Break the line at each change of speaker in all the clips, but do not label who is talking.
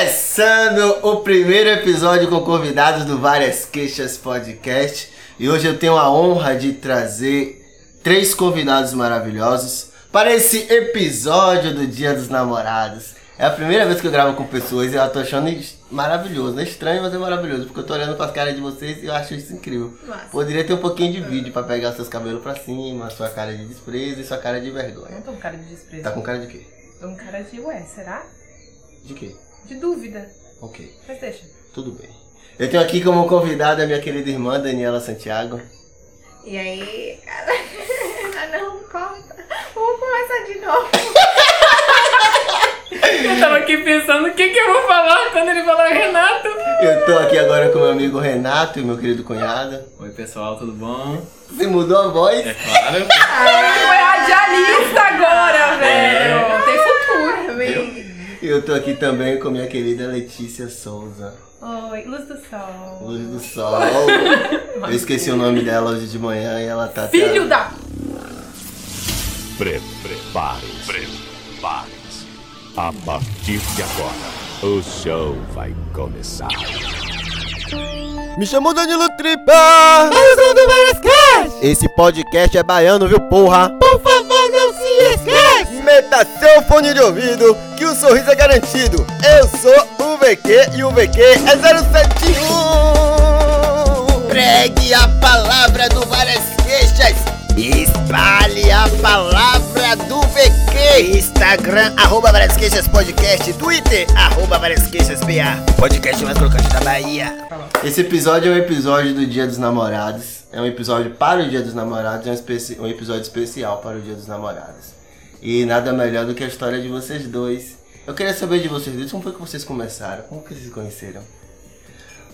Começando o primeiro episódio com convidados do Várias Queixas Podcast. E hoje eu tenho a honra de trazer três convidados maravilhosos para esse episódio do Dia dos Namorados. É a primeira vez que eu gravo com pessoas e eu tô achando es- maravilhoso. É estranho, mas é maravilhoso, porque eu tô olhando pras caras de vocês e eu acho isso incrível.
Massa.
Poderia ter um pouquinho de vídeo pra pegar seus cabelos pra cima, sua cara de desprezo e sua cara de
Eu
vergonha.
não tô com cara de
Tá
desprezo.
com cara de quê?
Tô com É um cara de, ué, será?
De quê?
De dúvida.
Ok.
Mas deixa.
Tudo bem. Eu tenho aqui como convidada a minha querida irmã Daniela Santiago.
E aí. ah, não, corta. Vamos começar de novo. eu tava aqui pensando o que, que eu vou falar quando ele falar Renato.
Eu tô aqui agora com meu amigo Renato e meu querido cunhado.
Oi pessoal, tudo bom?
Você mudou a
É
voz?
claro.
Foi Ah, é radialista agora, velho. Tem futuro.
Eu tô aqui também com minha querida Letícia Souza.
Oi, luz do sol.
Luz do Sol. Eu esqueci o nome dela hoje de manhã e ela tá. até-
Filho da.
Prepare-se. Prepare-se. A partir de agora, o show vai começar.
Me chamou Danilo Tripa! Eu sou do Varascast! Esse podcast é baiano, viu, porra? Por favor, não se esquece! Meta seu fone de ouvido, que o sorriso é garantido. Eu sou o VQ e o VQ é 071! Pregue a palavra do Várias Queixas! Espalhe a palavra do VQ! Instagram, arroba Várias Queixas Podcast, Twitter, arroba Várias Queixas PA. Podcast mais crocante da Bahia. Esse episódio é um episódio do Dia dos Namorados. É um episódio para o Dia dos Namorados, é um, especi- um episódio especial para o Dia dos Namorados. E nada melhor do que a história de vocês dois. Eu queria saber de vocês dois como foi que vocês começaram, como que vocês se conheceram.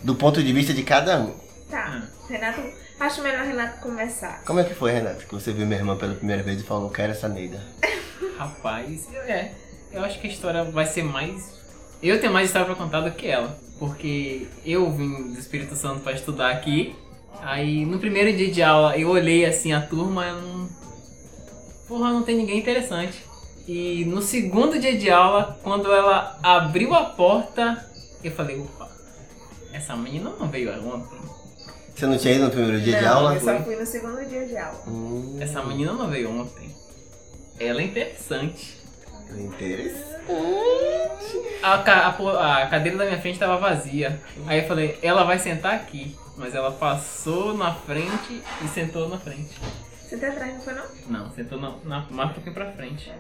Do ponto de vista de cada um.
Tá, Renato, acho melhor Renato começar.
Como é que foi, Renato, que você viu minha irmã pela primeira vez e falou, quero essa neida?
Rapaz, é. Eu acho que a história vai ser mais. Eu tenho mais história pra contar do que ela. Porque eu vim do Espírito Santo pra estudar aqui. Aí no primeiro dia de aula eu olhei assim a turma, eu não. Porra, não tem ninguém interessante. E no segundo dia de aula, quando ela abriu a porta, eu falei, opa, essa menina não veio ontem.
Você não tinha ido no primeiro dia de
Não,
aula?
Eu só fui no segundo dia de aula.
Hum,
Essa menina não veio ontem. Ela é interessante.
Hum, interessante.
A, ca- a po- a cadeira da minha frente tava vazia. Aí eu falei, ela vai sentar aqui. Mas ela passou na frente e sentou na frente.
Você tá atrás, não foi não?
Não, sentou na, na, mais um pouquinho pra frente.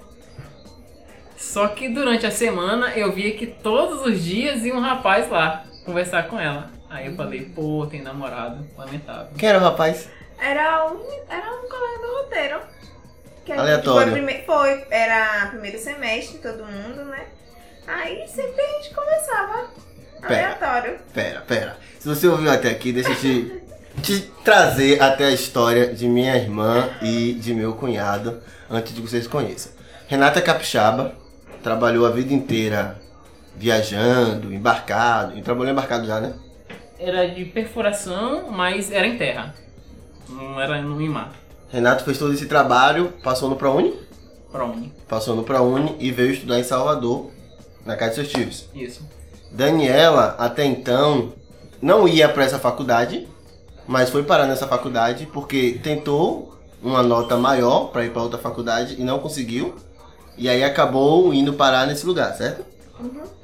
Só que durante a semana eu via que todos os dias ia um rapaz lá conversar com ela. Aí eu falei, pô, tem namorado, lamentável.
Quem era o rapaz?
Era um, era um colega do roteiro. Que a gente
Aleatório.
Foi, prime- foi, era primeiro semestre, todo mundo, né? Aí sempre a gente começava.
Pera.
Aleatório.
Pera, pera. Se você ouviu até aqui, deixa eu te, te trazer até a história de minha irmã e de meu cunhado, antes de que vocês conheçam. Renata Capixaba trabalhou a vida inteira viajando, embarcado, e trabalhou embarcado já, né?
Era de perfuração, mas era em terra. Não era no em mato.
Renato fez todo esse trabalho, passou no ProUni,
Prone.
passou no ProUni e veio estudar em Salvador, na casa de seus tios.
Isso.
Daniela, até então, não ia para essa faculdade, mas foi parar nessa faculdade porque tentou uma nota maior para ir para outra faculdade e não conseguiu. E aí acabou indo parar nesse lugar, certo?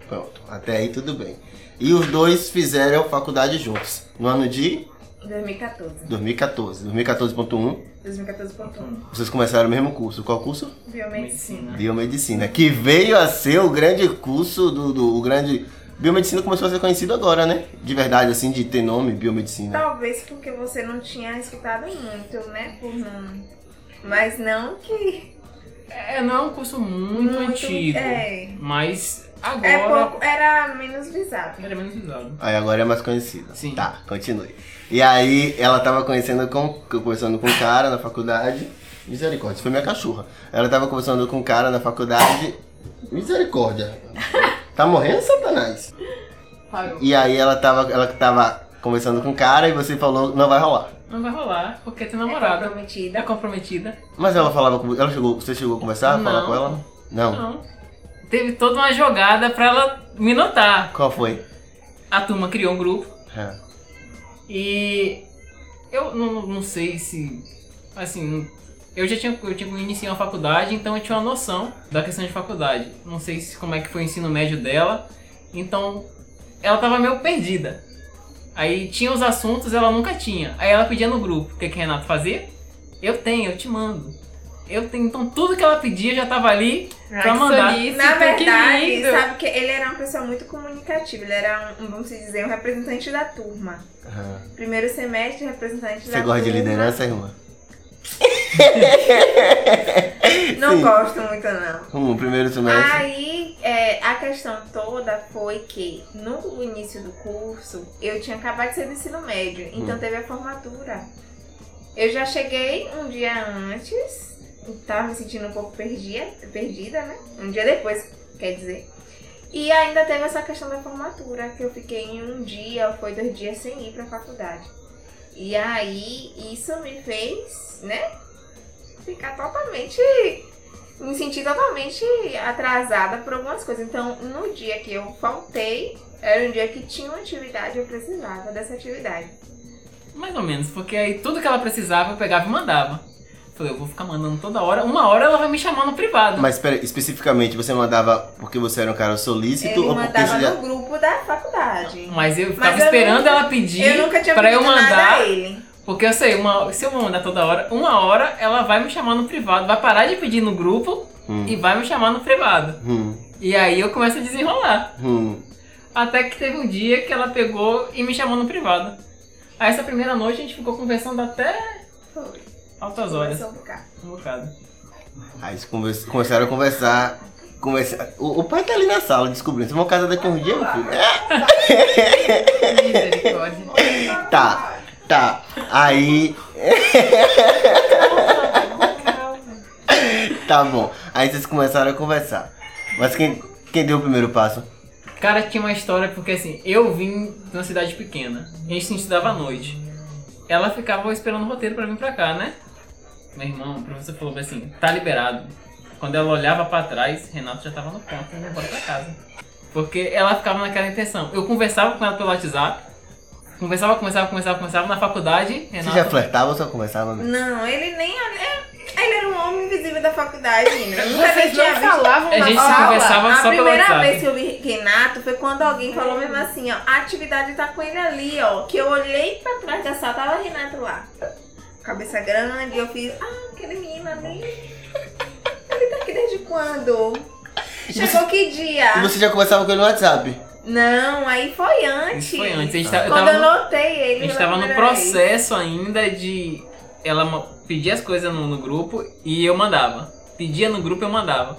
Pronto, até aí tudo bem. E os dois fizeram faculdade juntos, no ano de
2014.
2014, 2014.1.
2014.1.
Vocês começaram o mesmo curso. Qual curso?
Biomedicina.
Biomedicina, que veio a ser o grande curso do, do- o grande biomedicina começou a ser conhecido agora, né? De verdade, assim, de ter nome biomedicina.
Talvez porque você não tinha escutado muito, né? Por não. Mas não que.
É, não é um curso muito, antigo.
É.
Mas agora
É pouco, era menos visado.
era menos usado.
Aí agora é mais conhecido.
Sim.
Tá, continue. E aí ela tava conhecendo com conversando com um cara na faculdade. Misericórdia, isso foi minha cachorra. Ela tava conversando com um cara na faculdade. Misericórdia. Tá morrendo, Satanás? E aí ela tava ela tava conversando com um cara e você falou, não vai rolar.
Não vai rolar, porque tem
É
namorada.
comprometida.
É comprometida.
Mas ela falava com ela chegou, você chegou a conversar, a falar
Não.
com ela? Não.
Não. teve toda uma jogada pra ela me notar.
Qual foi?
A turma criou um grupo
Ah,
e eu não, não sei se. Assim, eu já tinha, eu tinha um iniciado a faculdade, então eu tinha uma noção da questão de faculdade. Não sei se, como é que foi o ensino médio dela, então ela tava meio perdida. Aí tinha os assuntos, ela nunca tinha. Aí ela pedia no grupo. O que, que o Renato fazia? Eu tenho, eu te mando. Eu tenho. Então tudo que ela pedia já tava ali
Ai,
pra
que
mandar.
solícito,
Na
é
que
verdade,
lindo.
sabe que ele era uma pessoa muito comunicativa, ele era, um, vamos dizer, um representante da turma.
ah.
Primeiro semestre, representante da
Você
turma.
gosta de liderança, irmã?
Não
Sim.
gosto muito, não.
Hum, primeiro semestre.
Aí, é, a questão toda foi que no início do curso, eu tinha acabado de ser do ensino médio, então teve a formatura. Eu já cheguei um dia antes, tava me sentindo um pouco perdia, perdida, né? Um dia depois, quer dizer. E ainda teve essa questão da formatura, que eu fiquei um dia ou foi dois dias sem ir pra faculdade. E aí, isso me fez, né? Ficar totalmente me senti totalmente atrasada por algumas coisas. Então, no dia que eu faltei, era um dia que tinha uma atividade, eu precisava dessa atividade.
Mais ou menos, porque aí tudo que ela precisava eu pegava e mandava. Falei, eu vou ficar mandando toda hora, uma hora ela vai me chamar no privado.
Mas espera, especificamente, você mandava porque você era um cara solícito
Ele
ou porque
mandava
você
no grupo da faculdade.
Mas eu ficava
Mas eu
esperando
nunca-
ela pedir
Eu nunca tinha
pra eu
pedido nada
mandar.
a ele.
Porque eu sei, uma, se eu vou mandar toda hora, uma hora ela vai me chamar no privado, vai parar de pedir no grupo
Hum.
e vai me chamar no privado.
Hum,
E aí eu começo a desenrolar.
hum.
Até que teve um dia que ela pegou e me chamou no privado. Aí essa primeira noite a gente ficou conversando até
Foi.
altas horas.
Começou a ficar.
Um bocado.
Aí eles convers- começaram a conversar. conversa- O, o pai tá ali na sala descobrindo. Vocês vão casar daqui a um dia, meu filho? É,
Misericórdia.
tá, tá. Aí. tá bom. Aí vocês começaram a conversar. Mas quem, quem deu o primeiro passo?
Cara, tinha uma história porque assim, eu vim de uma cidade pequena. A gente se estudava à noite. Ela ficava esperando o roteiro pra vir pra cá, né? Meu irmão, o professor falou assim, tá liberado. Quando ela olhava pra trás, Renato já tava no ponto, indo embora pra casa. Porque ela ficava naquela intenção. Eu conversava com ela pelo WhatsApp. Conversava, conversava, conversava, conversava na faculdade.
Você
Renato.
já flertava ou só conversava mesmo?
Não, ele nem. é, Ele era um homem invisível da faculdade, menina. Eu Nunca nem
Vocês
tinha
não
visto.
falavam
A
na
gente se
sala?
conversava
a
só pelo
primeira
WhatsApp.
vez que eu vi Renato foi quando alguém falou mesmo assim, ó, a atividade tá com ele ali, ó. Que eu olhei pra trás da sala, tava Renato lá. Cabeça grande, eu fiz, ah, aquele menino ali. Ele tá aqui desde quando? Chegou que dia?
E você já conversava com ele no WhatsApp?
Não, aí foi antes.
Isso foi antes. A gente tá- eu
Quando
tava
eu
no-
notei
A
ele.
gente
pela
tava no
primeira vez.
processo ainda de ela ma- pedia as coisas no, no grupo e eu mandava. Pedia no grupo e eu mandava.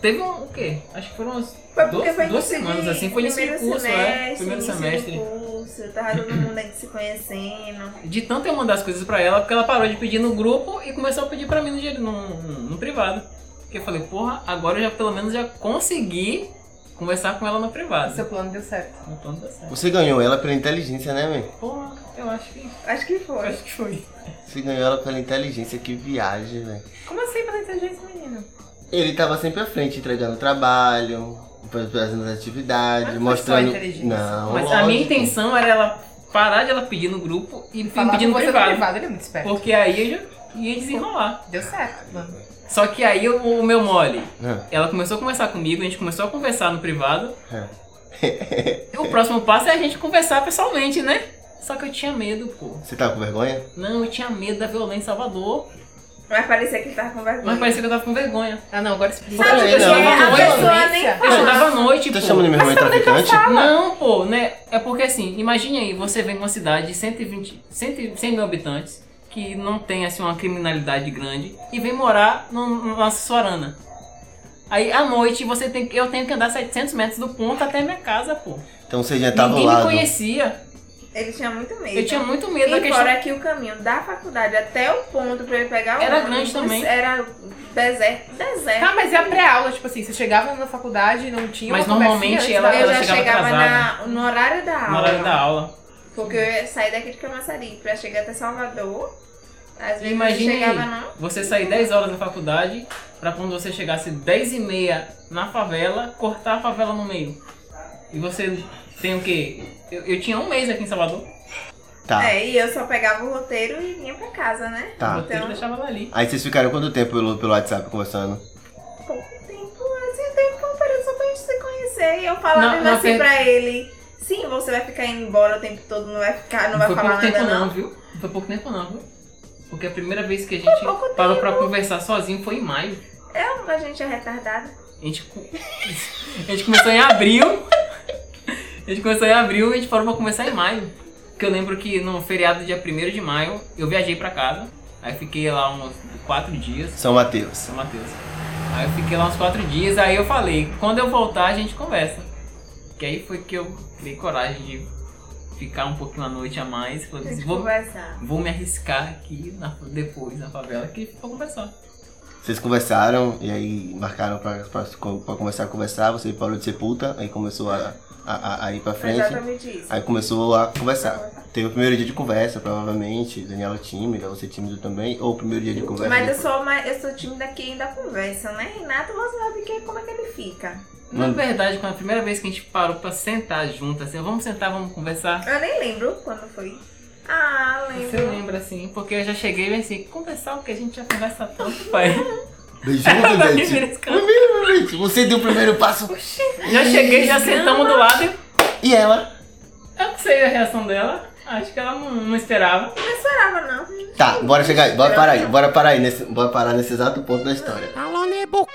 Teve um, o quê? Acho que foram umas
Foi porque
duas,
foi
duas
início
semanas,
de-
assim, foi início de
primeiro
curso, é.
semestre,
Primeiro
início de
semestre.
curso, tava todo mundo aqui se conhecendo.
De tanto eu mandar as coisas pra ela, porque ela parou de pedir no grupo e começou a pedir pra mim no, dia- no, no- no privado. Porque eu falei, porra, agora eu já pelo menos já consegui conversar com ela no privado.
Seu plano deu certo.
é
No plano deu certo.
Você ganhou ela pela inteligência, né, mãe?
Porra, eu acho que.
Acho que
Eu
foi.
acho que foi.
Você ganhou ela pela inteligência, que viagem, velho.
Como assim pra inteligência, menino?
Ele tava sempre à frente, entregando trabalho, fazendo as atividades,
Mas não foi só
mostrando.
inteligência.
Não,
Mas a minha
lógico.
intenção era ela parar de ela pedir no grupo e
Falar
pedir no
com você
privado.
privado, ele é muito esperto.
Porque aí eu já ia desenrolar.
Deu certo, mano.
Só que aí eu- o meu mole,
Ah,
ela começou a conversar comigo, a gente começou a conversar no privado.
ah.
O próximo passo é a gente conversar pessoalmente, né? Só que eu tinha medo, pô.
Você tava com vergonha?
Não, eu tinha medo da violência em Salvador,
Mas parecia que ele tava com vergonha.
Uhum.
mas parecia que eu tava com vergonha.
Ah, não, agora explica.
Sabe
Porque
Não, não,
é?
a
não,
pessoa
não.
nem
Eu estudava à noite,
Tá
pô.
chamando minha irmã de traficante?
Não, pô, né? É porque assim, imagine aí, você vem de uma cidade de 120, 100, 100 mil habitantes, que não tem assim uma criminalidade grande, e vem morar no- numa Suarana. Aí à noite você tem, que- eu tenho que andar 700 metros do ponto até minha casa, pô.
Então você
tá
já tava
Ninguém
lá.
me conhecia.
Ele tinha muito medo.
Eu tinha muito medo da
E
questão.
fora que o caminho da faculdade até o ponto pra ele pegar o
Era grande
ônibus
também.
Era deserto. Deserto.
Tá, mas é a pré-aula, tipo assim, você chegava na faculdade e não tinha
Mas
uma conversinha
normalmente
antes
ela-
da-
eu
ela
já
chegava
chegava na,
atrasada.
no horário da aula.
No horário da aula.
Porque eu ia sair daqui de Camaçari pra chegar até Salvador. Às vezes
Imagine
não
aí,
chegava, não.
você sair 10 horas da faculdade pra quando você chegasse 10 e meia na favela, cortar a favela no meio. E você tem o quê? Eu, eu tinha um mês aqui em Salvador,
Tá,
É, e eu só pegava o roteiro e vinha pra casa, né?
o
tá.
roteiro
Então-
deixava ela ali.
Aí vocês ficaram quanto tempo pelo, pelo WhatsApp conversando?
Pouco tempo, assim, tempo foi um período só pra gente se conhecer. E eu falava
Não,
mesmo
não,
assim
per-
pra ele. Sim, você vai ficar indo embora o tempo todo, não vai ficar, não, vai
foi
falar
pouco tempo
nada
não,
não.
viu? Não foi pouco tempo não, viu? Porque a primeira vez que a gente
pouco
parou pra conversar sozinho foi em maio.
É, a gente é retardada.
A gente, co- a gente começou em abril. A gente começou em abril e a gente parou pra começar em maio. Porque eu lembro que no feriado dia 1 de maio eu viajei pra casa. Aí fiquei lá uns 4 dias.
São Mateus.
São Mateus. Aí eu fiquei lá uns 4 dias. Aí eu falei: quando eu voltar a gente conversa. Que aí foi que eu dei coragem de ficar um pouquinho a noite a mais. Falei, assim,
A gente
vou,
conversar.
vou me arriscar aqui na- depois na favela que ficou conversar.
Vocês conversaram e aí marcaram pra, pra, pra começar a conversar, você parou de ser puta, aí começou a, a, a- a ir pra frente.
Exatamente isso.
Aí começou a conversar. Teve o primeiro dia de conversa, provavelmente. Daniela tímida, você tímido também. Ou o primeiro dia de conversa.
Mas eu
depois.
sou, mais, eu sou tímida que ainda conversa, né? Renato, você sabe que, como é que ele fica.
Na
Hum.
verdade, quando a primeira vez que a gente parou pra sentar junto, assim, vamos sentar, vamos conversar.
Eu nem lembro quando foi. Ah,
Você
lembro.
lembra assim, porque eu já cheguei bem assim, conversar o que a gente já conversa tanto, pai.
Beijão, gente.
Primeiro escândalo.
Gente, Você deu o primeiro passo.
já cheguei, já sentamos do lado. e
E ela?
Eu não sei a reação dela. Acho que ela não, não esperava.
Não esperava, não.
Tá, bora chegar aí. Bora parar aí. Bora parar aí. Nesse, bora parar nesse exato ponto da história.
Alô, Nebu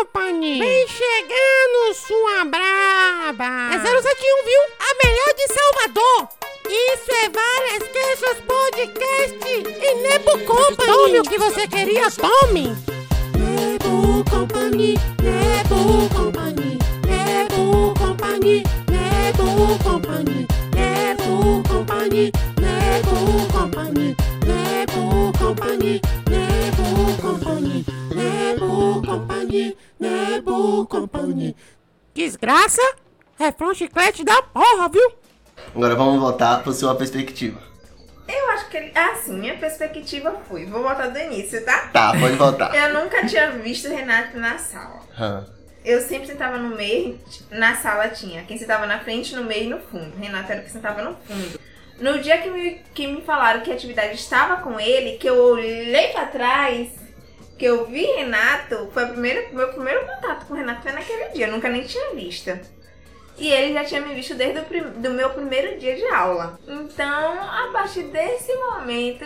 Company! Vem chegando, sua braba! É 071, viu? A melhor de Salvador! Isso é Várias Queixas Podcast e Nebu Company! Tome o que você queria, tome! Nebu Company, Nebu Company, Nebu Company, Nebu Company, Nebu Company, Nebu Company, Nebu Company, Nebu Company, Nebu Company, Nebu Company. Desgraça? Refrão chiclete da porra, viu?
Agora vamos voltar pra sua perspectiva.
Eu acho que ele. Ah, sim, minha perspectiva foi. Vou voltar do início, tá?
Tá, pode voltar.
Eu nunca tinha visto o Renato na sala.
Hã.
Eu sempre sentava no meio, tipo, na sala tinha. Quem sentava na frente, no meio e no fundo. Renato era o que sentava no fundo. No dia que me, que me falaram que a atividade estava com ele, que eu olhei pra trás, que eu vi Renato, foi o primeiro, meu primeiro contato com o Renato foi naquele dia. Eu nunca nem tinha visto. E ele já tinha me visto desde o prim- do meu primeiro dia de aula. Então, a partir desse momento,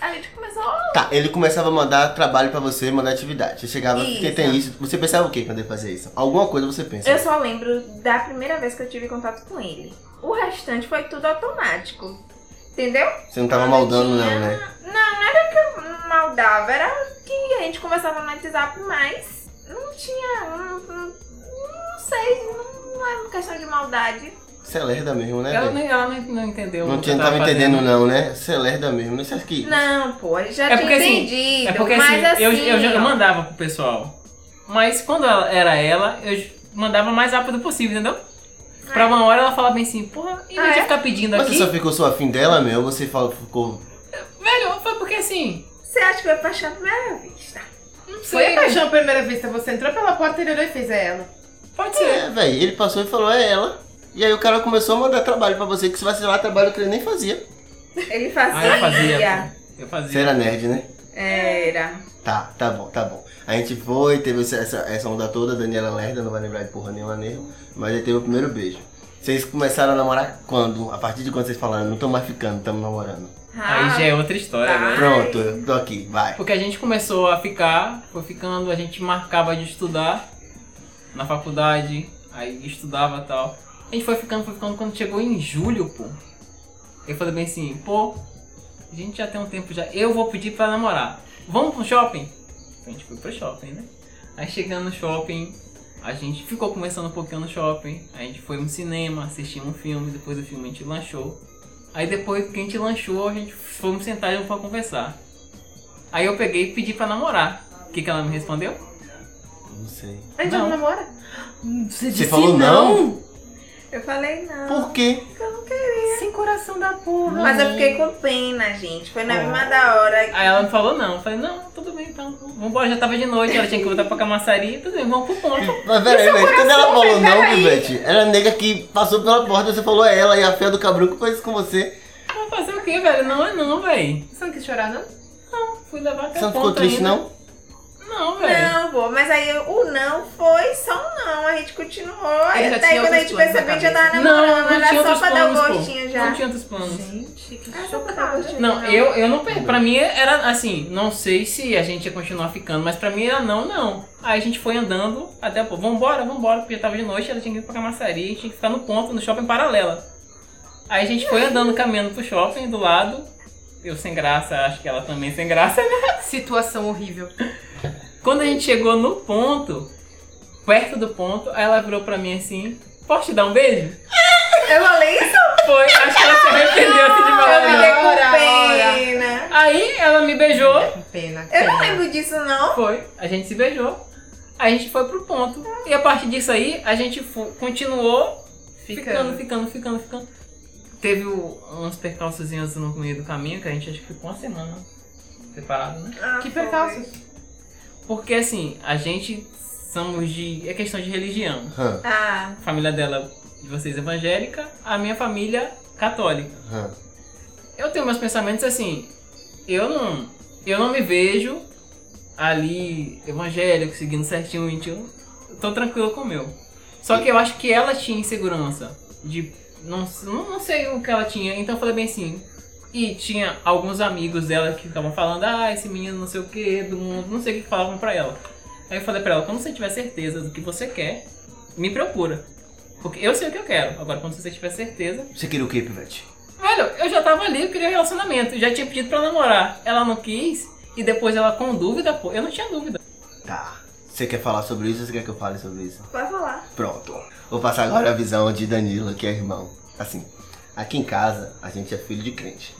a gente começou a
Tá, ele começava a mandar trabalho pra você, mandar atividade. Você chegava,
Isso.
porque tem isso. Você pensava o quê quando ele fazia isso? Alguma coisa você pensa.
Eu só lembro da primeira vez que eu tive contato com ele. O restante foi tudo automático. Entendeu?
Você não tava maldando, não, né?
Não, não era que eu maldava, era que a gente conversava no WhatsApp, mas não tinha. Não, não- não sei, não, não é uma questão de maldade.
Você é lerda mesmo, né?
Ela,
velho?
nem, ela nem- não entendeu. o
Não
que
tinha,
eu
tava entendendo,
fazendo.
não, né? Você é lerda mesmo. Não sei que.
um- Não, pô, eu já
É porque
tinha
assim,
entendido.
É porque
mas assim.
assim, eu, eu já
ó,
mandava pro pessoal. Mas quando ela- era ela, eu j- mandava o mais rápido possível, entendeu? Pra uma hora ela falava bem assim, porra, em vez
Ah,
de
é?
ficar pedindo
Mas
aqui.
você só ficou sua afim dela, meu? Ou você falou, ficou.
Velho, foi porque assim.
Você acha que vai paixão à primeira vista?
Não sei.
Foi a paixão à primeira vista. Você entrou pela porta e ele olhou e fez é ela.
Pode ser.
É, velho. Ele passou e falou, é ela. E aí o cara começou a mandar trabalho pra você, que se vacilar, trabalho que ele nem fazia.
Ele
Ah,
fazia.
eu fazia. Eu fazia.
Você era nerd, né?
Era.
Tá, tá bom, tá bom. A gente foi, teve essa, essa- essa onda toda, a Daniela é Lerda não vai lembrar de porra nenhuma mesmo, mas aí teve o primeiro beijo. Vocês começaram a namorar quando? A partir de quando vocês falaram, não estamos mais ficando, estamos namorando.
Aí já é outra história,
tá.
né?
Pronto, eu tô aqui, vai.
Porque a gente começou a ficar, foi ficando, a gente marcava de estudar na faculdade, aí estudava e tal. A gente foi ficando, foi ficando quando chegou em julho, pô. Eu falei bem assim, pô, a gente já tem um tempo já, eu vou pedir pra namorar. Vamos pro shopping? A gente foi pro shopping, né? Aí chegando no shopping, a gente ficou conversando um pouquinho no shopping, a gente foi no cinema, assistimos um filme, depois do filme a gente lanchou. Aí depois que a gente lanchou, a gente fomos sentar e pra conversar. Aí eu peguei e pedi pra namorar. O que, que ela me respondeu?
Não sei.
A gente
Não.
não, namora?
Você falou não?
Eu falei, não.
Por quê?
Porque eu não queria.
Cinco coração da porra.
Mas eu fiquei com pena, gente. Foi na mesma da hora.
Aí ela não falou não. Eu falei, não, tudo bem então. Vambora, já tava de noite, ela tinha que voltar pra camaçaria, tudo bem, vamos pro ponto.
Mas peraí, Beth, quando ela falou não,
peraí.
Bivete, era a nega que passou pela porta, você falou a ela e a fé do Cabruco fez isso com você.
Mas fazer o quê, velho? Não é não, velho.
Você não quis chorar, não?
Não, fui levar
Você
até
não
o
ficou
É ponto
triste,
ainda.
não?
Não, velho.
Não, pô, mas aí eu- o não foi só um não, a gente continuou.
Ele já
Até
tinha
quando a
outros
gente
planos na
percebeu, a gente já tava
Não,
namorando,
não,
era
tinha
só
outros
pra dar o
planos, pô.
gostinho já.
Não tinha outros planos.
Gente, que
Ah, só pra dar o gostinho.
Não, eu, eu não. pe- Pra mim era assim, não sei se a gente ia continuar ficando, mas pra mim era não, não. Aí a gente foi andando até, pô, vambora, vambora, porque tava de noite, ela tinha que ir pra camaçaria, tinha que ficar no ponto, no shopping paralela. Aí a gente foi andando, caminhando pro shopping do lado. Eu sem graça, acho que ela também sem graça, né?
Situação horrível.
Quando a gente chegou no ponto, perto do ponto, aí ela virou pra mim assim: Posso te dar um beijo?
Eu falei isso?
Foi, acho que ela se arrependeu assim de
Eu
falar.
fiquei
não.
ora,
com pena.
Aí ela me beijou.
Com pena.
Eu não
pena.
lembro disso, não.
Foi, a gente se beijou, a gente foi pro ponto. E a partir disso aí, a gente fu- continuou ficando,
Ficando.
ficando, ficando, ficando. Teve o- uns percalçozinhos no meio do caminho, que a gente acho que ficou uma semana separado, né?
Ah,
Que
foi.
percalço.
Porque assim, a gente somos de. é questão de religião.
Hã,
Ah,
A família dela, de vocês, evangélica, a minha família, católica.
hã.
eu tenho meus pensamentos assim. Eu não, eu não me vejo ali evangélico, seguindo certinho, então eu tô tranquilo com o meu. Só que eu acho que ela tinha insegurança de não, não, não sei o que ela tinha, então eu falei bem assim. E tinha alguns amigos dela que ficavam falando: "Ah, esse menino não sei o que, do mundo, não sei o que que falavam pra ela". Aí eu falei pra ela: "Quando você tiver certeza do que você quer, me procura". Porque eu sei o que eu quero. Agora quando você tiver certeza,
Você queria o quê, Pivete?
Velho, eu já tava ali, eu queria um relacionamento. Eu já tinha pedido pra namorar. Ela não quis. E depois ela com dúvida, pô. Eu não tinha dúvida.
Tá. Você quer falar sobre isso ou você quer que eu fale sobre isso?
pode falar.
Pronto. Vou passar agora a visão de Danilo, que é irmão. Assim, aqui em casa, a gente é filho de crente.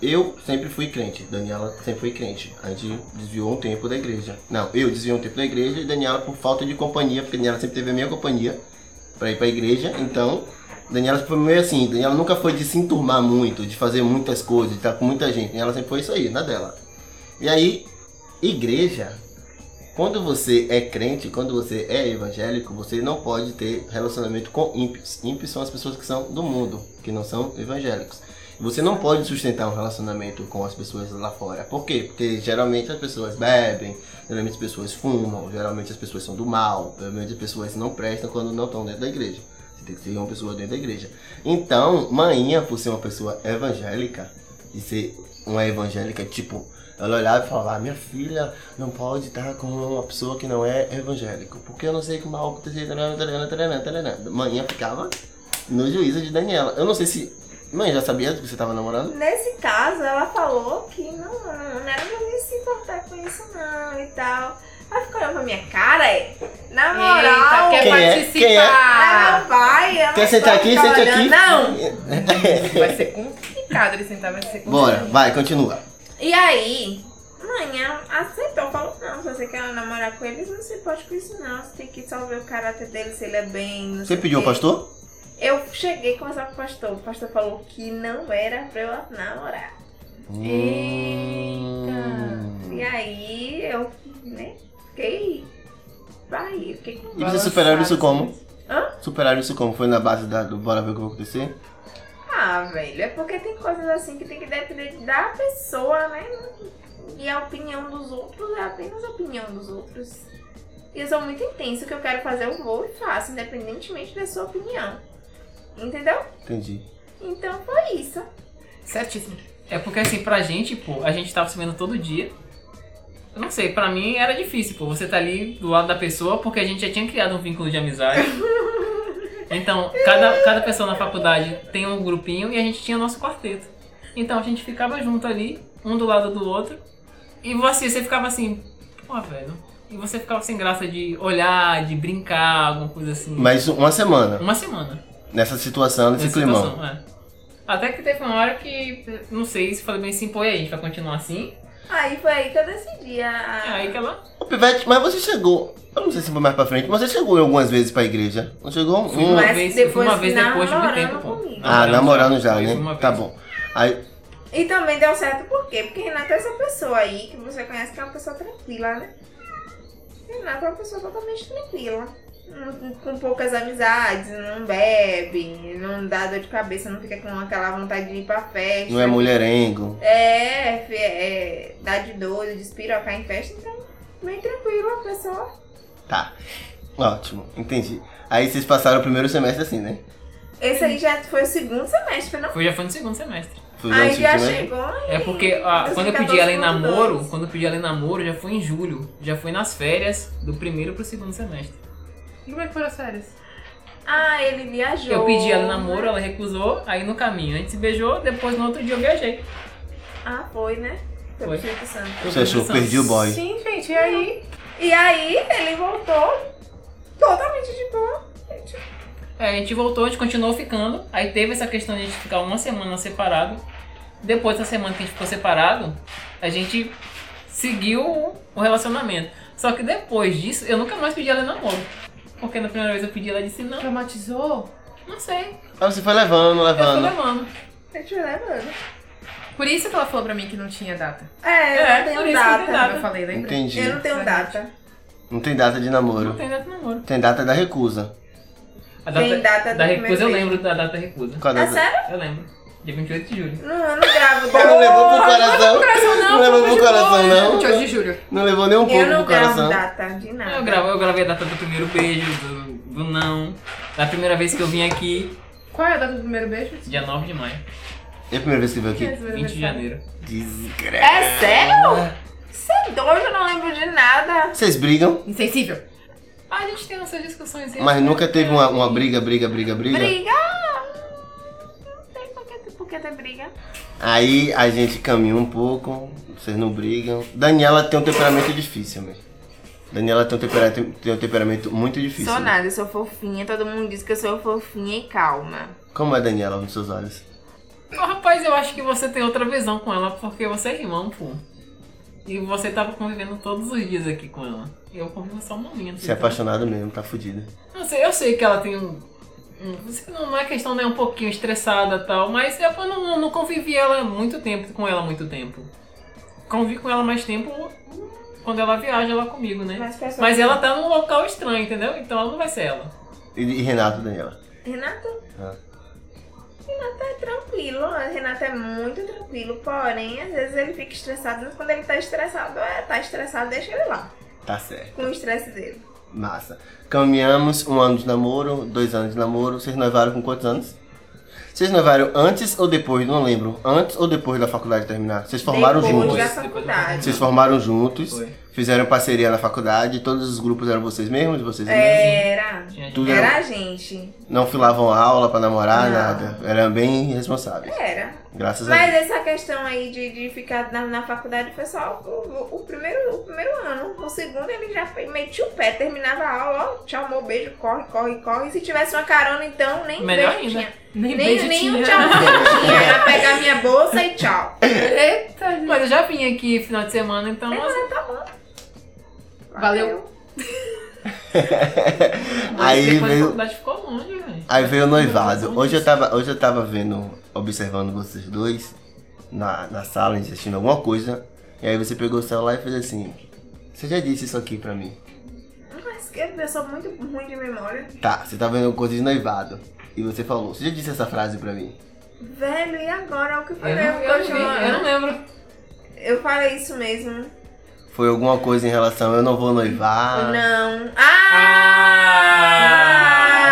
Eu sempre fui crente, Daniela sempre foi crente. A gente desviou um tempo da igreja. Não, eu desviei um tempo da igreja e Daniela por falta de companhia, porque Daniela sempre teve a minha companhia pra ir pra igreja. Então, Daniela foi meio assim, Daniela nunca foi de se enturmar muito, de fazer muitas coisas, de estar com muita gente. Daniela sempre foi isso aí, na dela. E aí, igreja quando você é crente, quando você é evangélico, você não pode ter relacionamento com ímpios. Ímpios são as pessoas que são do mundo, que não são evangélicos. Você não pode sustentar um relacionamento com as pessoas lá fora. Por quê? Porque geralmente as pessoas bebem, geralmente as pessoas fumam, geralmente as pessoas são do mal, geralmente as pessoas não prestam quando não estão dentro da igreja. Você tem que ser uma pessoa dentro da igreja. Então, Mainha, por ser uma pessoa evangélica, e ser uma evangélica, tipo, ela olhava e falava, "Ah, minha filha não pode estar com uma pessoa que não é evangélica, porque eu não sei que mal aconteceu, tarana, tarana, tarana, tarana." Manhã ficava no juízo de Daniela. Eu não sei se... Mãe, já sabia que você tava namorando?
Nesse caso, ela falou que não, não era pra mim se importar com isso, não, e tal. Ela ficou olhando pra minha cara, é. Na moral,
Eita, quer
Quem é? Quem é?
ah,
participar?
meu pai, ela
Quer sentar aqui?
ficar
Sente
olhando,
aqui.
Não!
Vai ser complicado ele sentar, vai ser complicado.
Bora, vai, continua.
E aí, manhã aceitou, falou, não, se você quer namorar com eles, não se pode com isso não. Você tem que só ver o caráter dele, se ele é bem. não
Você
sei o
pediu ao
quê.
pastor?
Eu cheguei a conversar com o pastor. O pastor falou que não era pra eu namorar.
Eita.
E aí eu, né, fiquei. Vai, eu fiquei com
E vocês superaram isso como?
Hã?
Superaram isso como? Foi na base da, do bora ver o que vai acontecer?
Ah, velho, é porque tem coisas assim que tem que depender da pessoa, né? E a opinião dos outros é apenas a opinião dos outros. E eu sou muito intensa, o que eu quero fazer eu vou e faço, independentemente da sua opinião. Entendeu?
Entendi.
Então foi isso.
Certíssimo.
É porque assim, pra gente, pô, a gente tava se vendo todo dia. Eu não sei, pra mim era difícil, pô. Você tá ali do lado da pessoa porque a gente já tinha criado um vínculo de amizade. Então, cada, cada pessoa na faculdade tem um grupinho e a gente tinha nosso quarteto. Então a gente ficava junto ali, um do lado do outro. E você, você ficava assim, pô, velho. E você ficava sem graça de olhar, de brincar, alguma coisa assim.
Mas uma semana,
Uma semana.
nessa situação, nesse
Nessa
climão.
situação, é. Até que teve uma hora que, não sei, se falei bem assim, pô, e aí, a gente vai continuar assim?
Aí foi aí que eu decidi. a- a-
Aí que ela.
Ô, Pivete, mas você chegou. Eu não sei se foi mais pra frente, mas você chegou algumas vezes pra igreja. Não chegou?
Fui
um-
uma
Mas
vez,
depois
fui uma vez depois de muito
namorando
tempo, pô.
comigo.
Ah, namorando já,
fui
né?
uma
Tá
vez.
bom. Aí,
E também deu certo por quê? Porque Renata é essa pessoa aí que você conhece que é uma pessoa tranquila, né? Renata é uma pessoa totalmente tranquila. Não- Com poucas amizades, não bebe, não dá dor de cabeça, não fica com aquela vontade de ir pra festa.
não é mulherengo.
É, fi- é, dá de doido, de espirocar em festa, então bem tranquila a pessoa.
Tá. Ótimo, entendi. Aí vocês passaram o primeiro semestre assim, né?
Esse aí já foi o segundo semestre, não?
Foi, já foi no segundo semestre.
Foi
Aí
durante o
já
semestre? né?
chegou. então
É porque ah, quando eu pedi ela em namoro, quando eu pedi ela em namoro, já foi em julho. Já foi nas férias do primeiro pro segundo semestre.
E como é que foram as férias?
Ah, ele viajou.
Eu pedi ela em namoro, ela recusou, aí no caminho. A gente se beijou, depois no outro dia eu viajei.
Ah, foi, né? Foi pro
Foi.
Espírito Santo.
Eu
Você achou que perdi o boy.
Sim, gente, e aí?
E aí ele voltou totalmente de boa.
É, a gente voltou, a gente continuou ficando. Aí teve essa questão de a gente ficar uma semana separado. Depois da semana que a gente ficou separado, a gente seguiu o relacionamento. Só que depois disso, eu nunca mais pedi ela em namoro. Porque na primeira vez eu pedi, ela disse não,
Traumatizou?
não sei.
Aí você foi levando,
Eu fui
levando.
levando.
Eu te levando.
Por isso que ela falou pra mim que não tinha data.
É, eu não
É, por
tenho
isso que
data.
não Data.
Eu falei, lembra?
Entendi.
Eu não tenho data.
Não tem data de
Não
namoro.
tem data de namoro.
Tem data da recusa.
A
Tem data do
da recusa, eu
primeiro
lembro da data da recusa.
Qual a
É
data?
sério?
Eu lembro. Dia 28 de julho.
Não, eu não gravo
Pô, não levou pro
data.
coração. Não levou pro coração, não.
28 de julho.
Não levou nem um pouco
Eu
pro
não gravo
coração.
data de nada.
Eu, gravo, eu gravei a data do primeiro beijo, do, do não, da primeira vez que eu vim aqui,
Qual é a data do primeiro beijo?
dia 9 de maio,
É a primeira vez que veio
Que é
aqui?
esse
20 de
aniversário?
janeiro.
Desgraça.
É sério? Você é doido, eu não lembro de nada.
Vocês brigam,
Insensível.
Ah, a gente tem nossas discussões aí.
mas nunca teve uma, uma briga, briga, briga, briga.
Briga? Não tem por que, por que ter briga.
Aí a gente caminha um pouco, vocês não brigam. Daniela tem um temperamento difícil mesmo. Daniela tem um temperamento, tem um temperamento muito difícil.
sou
né?
nada, eu sou fofinha. Todo mundo diz que eu sou fofinha e calma.
Como é Daniela nos seus olhos?
Ô, rapaz, eu acho que você tem outra visão com ela, porque você é irmão, pô. E você tava convivendo todos os dias aqui com ela. Eu convivo só um momento.
Você é apaixonado mesmo, tá fudida.
Eu sei, eu sei que ela tem um. um- você não não é questão nem um pouquinho estressada e tal, mas é eu não, não convivi ela muito tempo com ela muito tempo. Convivi com ela mais tempo quando ela viaja lá comigo, né?
Mas, pessoal,
Mas ela tá num local estranho, entendeu? Então ela não vai ser ela.
E, e Renato, Daniela?
Renato?
Ah.
Renato é tranquilo, Renato é muito tranquilo, porém, às vezes ele fica estressado, mas quando ele tá estressado, é, tá estressado, deixa ele lá,
Tá certo.
com o estresse dele.
Massa. Caminhamos um ano de namoro, dois anos de namoro. Vocês noivaram com quantos anos? Vocês noivaram antes ou depois? Não lembro. Antes ou depois da faculdade terminar? Vocês formaram
Depois
juntos?
da
Depois, depois da
faculdade.
Vocês formaram juntos,
Foi.
fizeram parceria na faculdade, todos os grupos eram vocês mesmos, vocês
É.
mesmos.
Era,
Tinha
Tudo
era
era,
a gente,
não filavam aula pra namorar,
Não.
nada. Eram bem responsáveis.
era.
Graças a
Mas
Deus.
essa questão aí de, de ficar na, na faculdade foi só o, o- o primeiro, o primeiro ano. O segundo ele já foi- metia o pé, terminava a aula, ó, tchau, meu beijo, corre, corre, corre. E se tivesse uma carona, então, nem
Melhor
beijo
ainda.
tinha.
Nem,
Nem,
beijo
nem
tinha.
um tchauzinho tinha. Era pegar minha bolsa e tchau.
Eita, gente.
Mas eu já vim aqui final de semana, então.
É
assim,
Valeu.
Aí
depois a
veio,
faculdade ficou longe, velho.
aí veio o noivado. Hoje eu tava, hoje eu tava vendo, observando vocês dois na, na sala, assistindo alguma coisa. E aí você pegou o celular e fez assim. Você já disse isso aqui pra mim.
Mas que eu sou muito ruim de memória.
Tá, você tá vendo coisa de noivado. E você falou, você já disse essa frase pra mim?
Velho, e agora? O que foi
Eu, não-
mesmo que
eu,
eu
não
tinha
vi, eu não
uma-
lembro.
Eu falei isso mesmo.
Foi alguma coisa em relação, eu não vou noivar.
Não. Ah!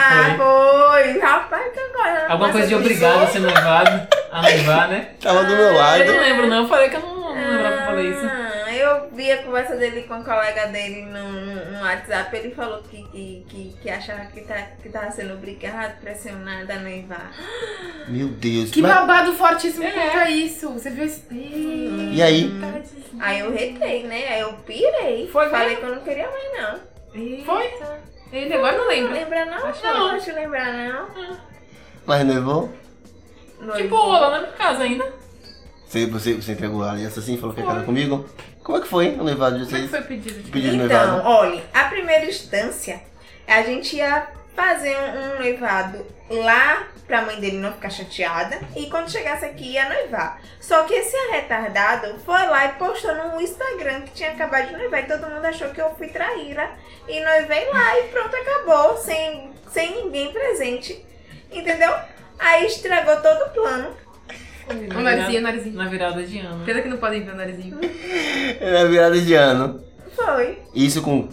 Ah, foi.
foi. Rapaz, que agora?
Alguma coisa de
Essa
obrigado a ser noivado, a noivar, né?
Tava do meu lado.
Eu não lembro, não. Eu falei que eu não, não lembrava que eu falei isso.
Ah, eu vi a conversa dele com um colega dele no, no- no WhatsApp. Ele falou que, que, que, que achava que, tá, que tava sendo obrigado, pressionada a noivar.
Meu Deus.
Que
mas-
babado fortíssimo contra isso. Você viu isso?
E aí?
Aí eu retei, né? Aí eu pirei.
Foi
Falei que eu não queria mais, não.
Foi? Ele agora não
Não
lembra.
lembra, não?
Acho que
não.
não.
Não te lembrar, não?
Mas noivou?
Noivo. é.
Tipo, lá na minha casa ainda.
Você, você, você entregou a aliança assim, falou que ia casar comigo? Como é que foi o noivado de
Como é que
vocês?
foi o pedido de
Pedido de
Então,
noivado?
olha, a primeira instância, é a gente ia fazer um, um noivado lá pra mãe dele não ficar chateada e quando chegasse aqui ia noivar. Só que esse retardado foi lá e postou no Instagram que tinha acabado de noivar e todo mundo achou que eu fui traíra e noivei lá e pronto, acabou, sem, sem ninguém presente, entendeu? Aí estragou todo o plano.
O Um narizinho, o narizinho.
Na virada de ano.
Pena que não podem ver o narizinho.
Era virada de ano.
Foi.
Isso com.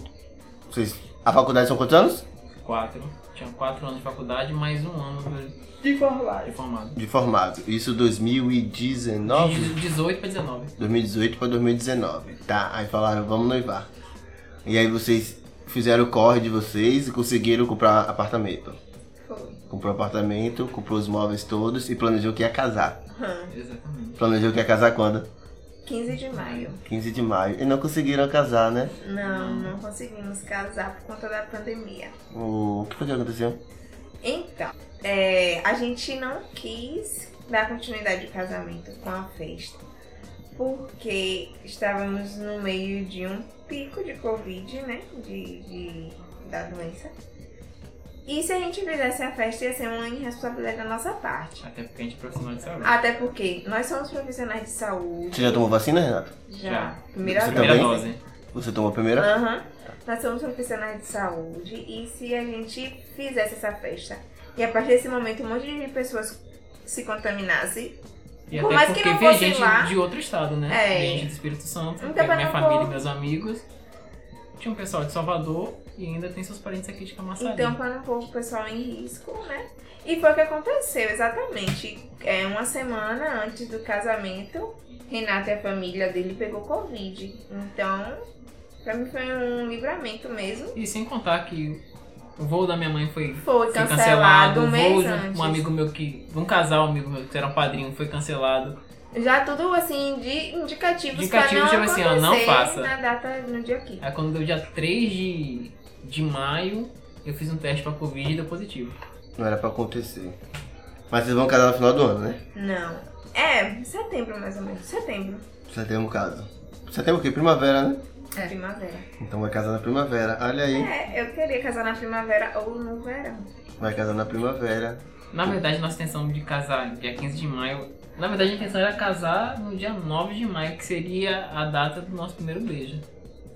Vocês. A faculdade são quantos anos?
Quatro. Tinha quatro anos de faculdade, mais um ano de-
De formar.
de formado.
De formado. Isso 2019?
De 18 pra 19.
2018 pra 2019, tá? Aí falaram, vamos noivar. E aí vocês fizeram o corre de vocês e conseguiram comprar apartamento.
Foi.
Comprou apartamento, comprou os móveis todos e planejou que ia casar.
Hum,
Exatamente.
Planejou que ia casar quando?
15 de maio.
15 de maio. E não conseguiram casar, né?
Não, não conseguimos casar por conta da pandemia.
O que foi que aconteceu?
Então, é, a gente não quis dar continuidade ao casamento com a festa, porque estávamos no meio de um pico de Covid, né? De, de- da doença. E se a gente fizesse a festa, ia ser uma irresponsabilidade da nossa parte.
Até porque a gente é profissional de saúde.
Até porque nós somos profissionais de saúde.
Você já tomou vacina, Renato?
Já.
Já.
Primeira
Você
vez.
Primeira
também?
dose.
Você tomou a primeira?
Aham. Nós somos profissionais de saúde e se a gente fizesse essa festa e a partir desse momento um monte de pessoas se contaminasse,
E
Por
até
mais que
porque
não
veio
fosse
gente
lá.
de outro estado, né?
É.
Veio Gente do Espírito Santo,
Não
veio
tava
minha
na
família e
boa.
meus amigos. Tinha um pessoal de Salvador e ainda tem seus parentes aqui de Camaçari.
então para não pôr o pessoal em risco, né? E foi o que aconteceu, exatamente. É, uma semana antes do casamento, Renato e a família dele pegou Covid. Então, pra mim foi um livramento mesmo.
E sem contar que o voo da minha mãe foi
Foi
foi
cancelado um
o
mês
voo de um-
antes.
um amigo meu que. Um casal amigo meu que era um padrinho foi cancelado.
Já tudo assim de indicativos
Indicativo,
pra não
tipo assim,
acontecer
ó, não faça.
na data, no dia aqui.
Aí quando deu dia 3 de, de maio, eu fiz um teste pra Covid e deu positivo.
Não era pra acontecer. Mas vocês vão casar no final do ano, né?
Não. É, setembro mais ou menos. Setembro.
Setembro casa. Setembro o quê? Primavera, né?
É.
Primavera.
Então vai casar na primavera. Olha aí.
É, eu queria casar na primavera ou no verão.
Vai casar na primavera.
Na verdade, nossa intenção de casar dia 15 de maio. Na verdade, a intenção era casar no dia 9 de maio, que seria a data do nosso primeiro beijo.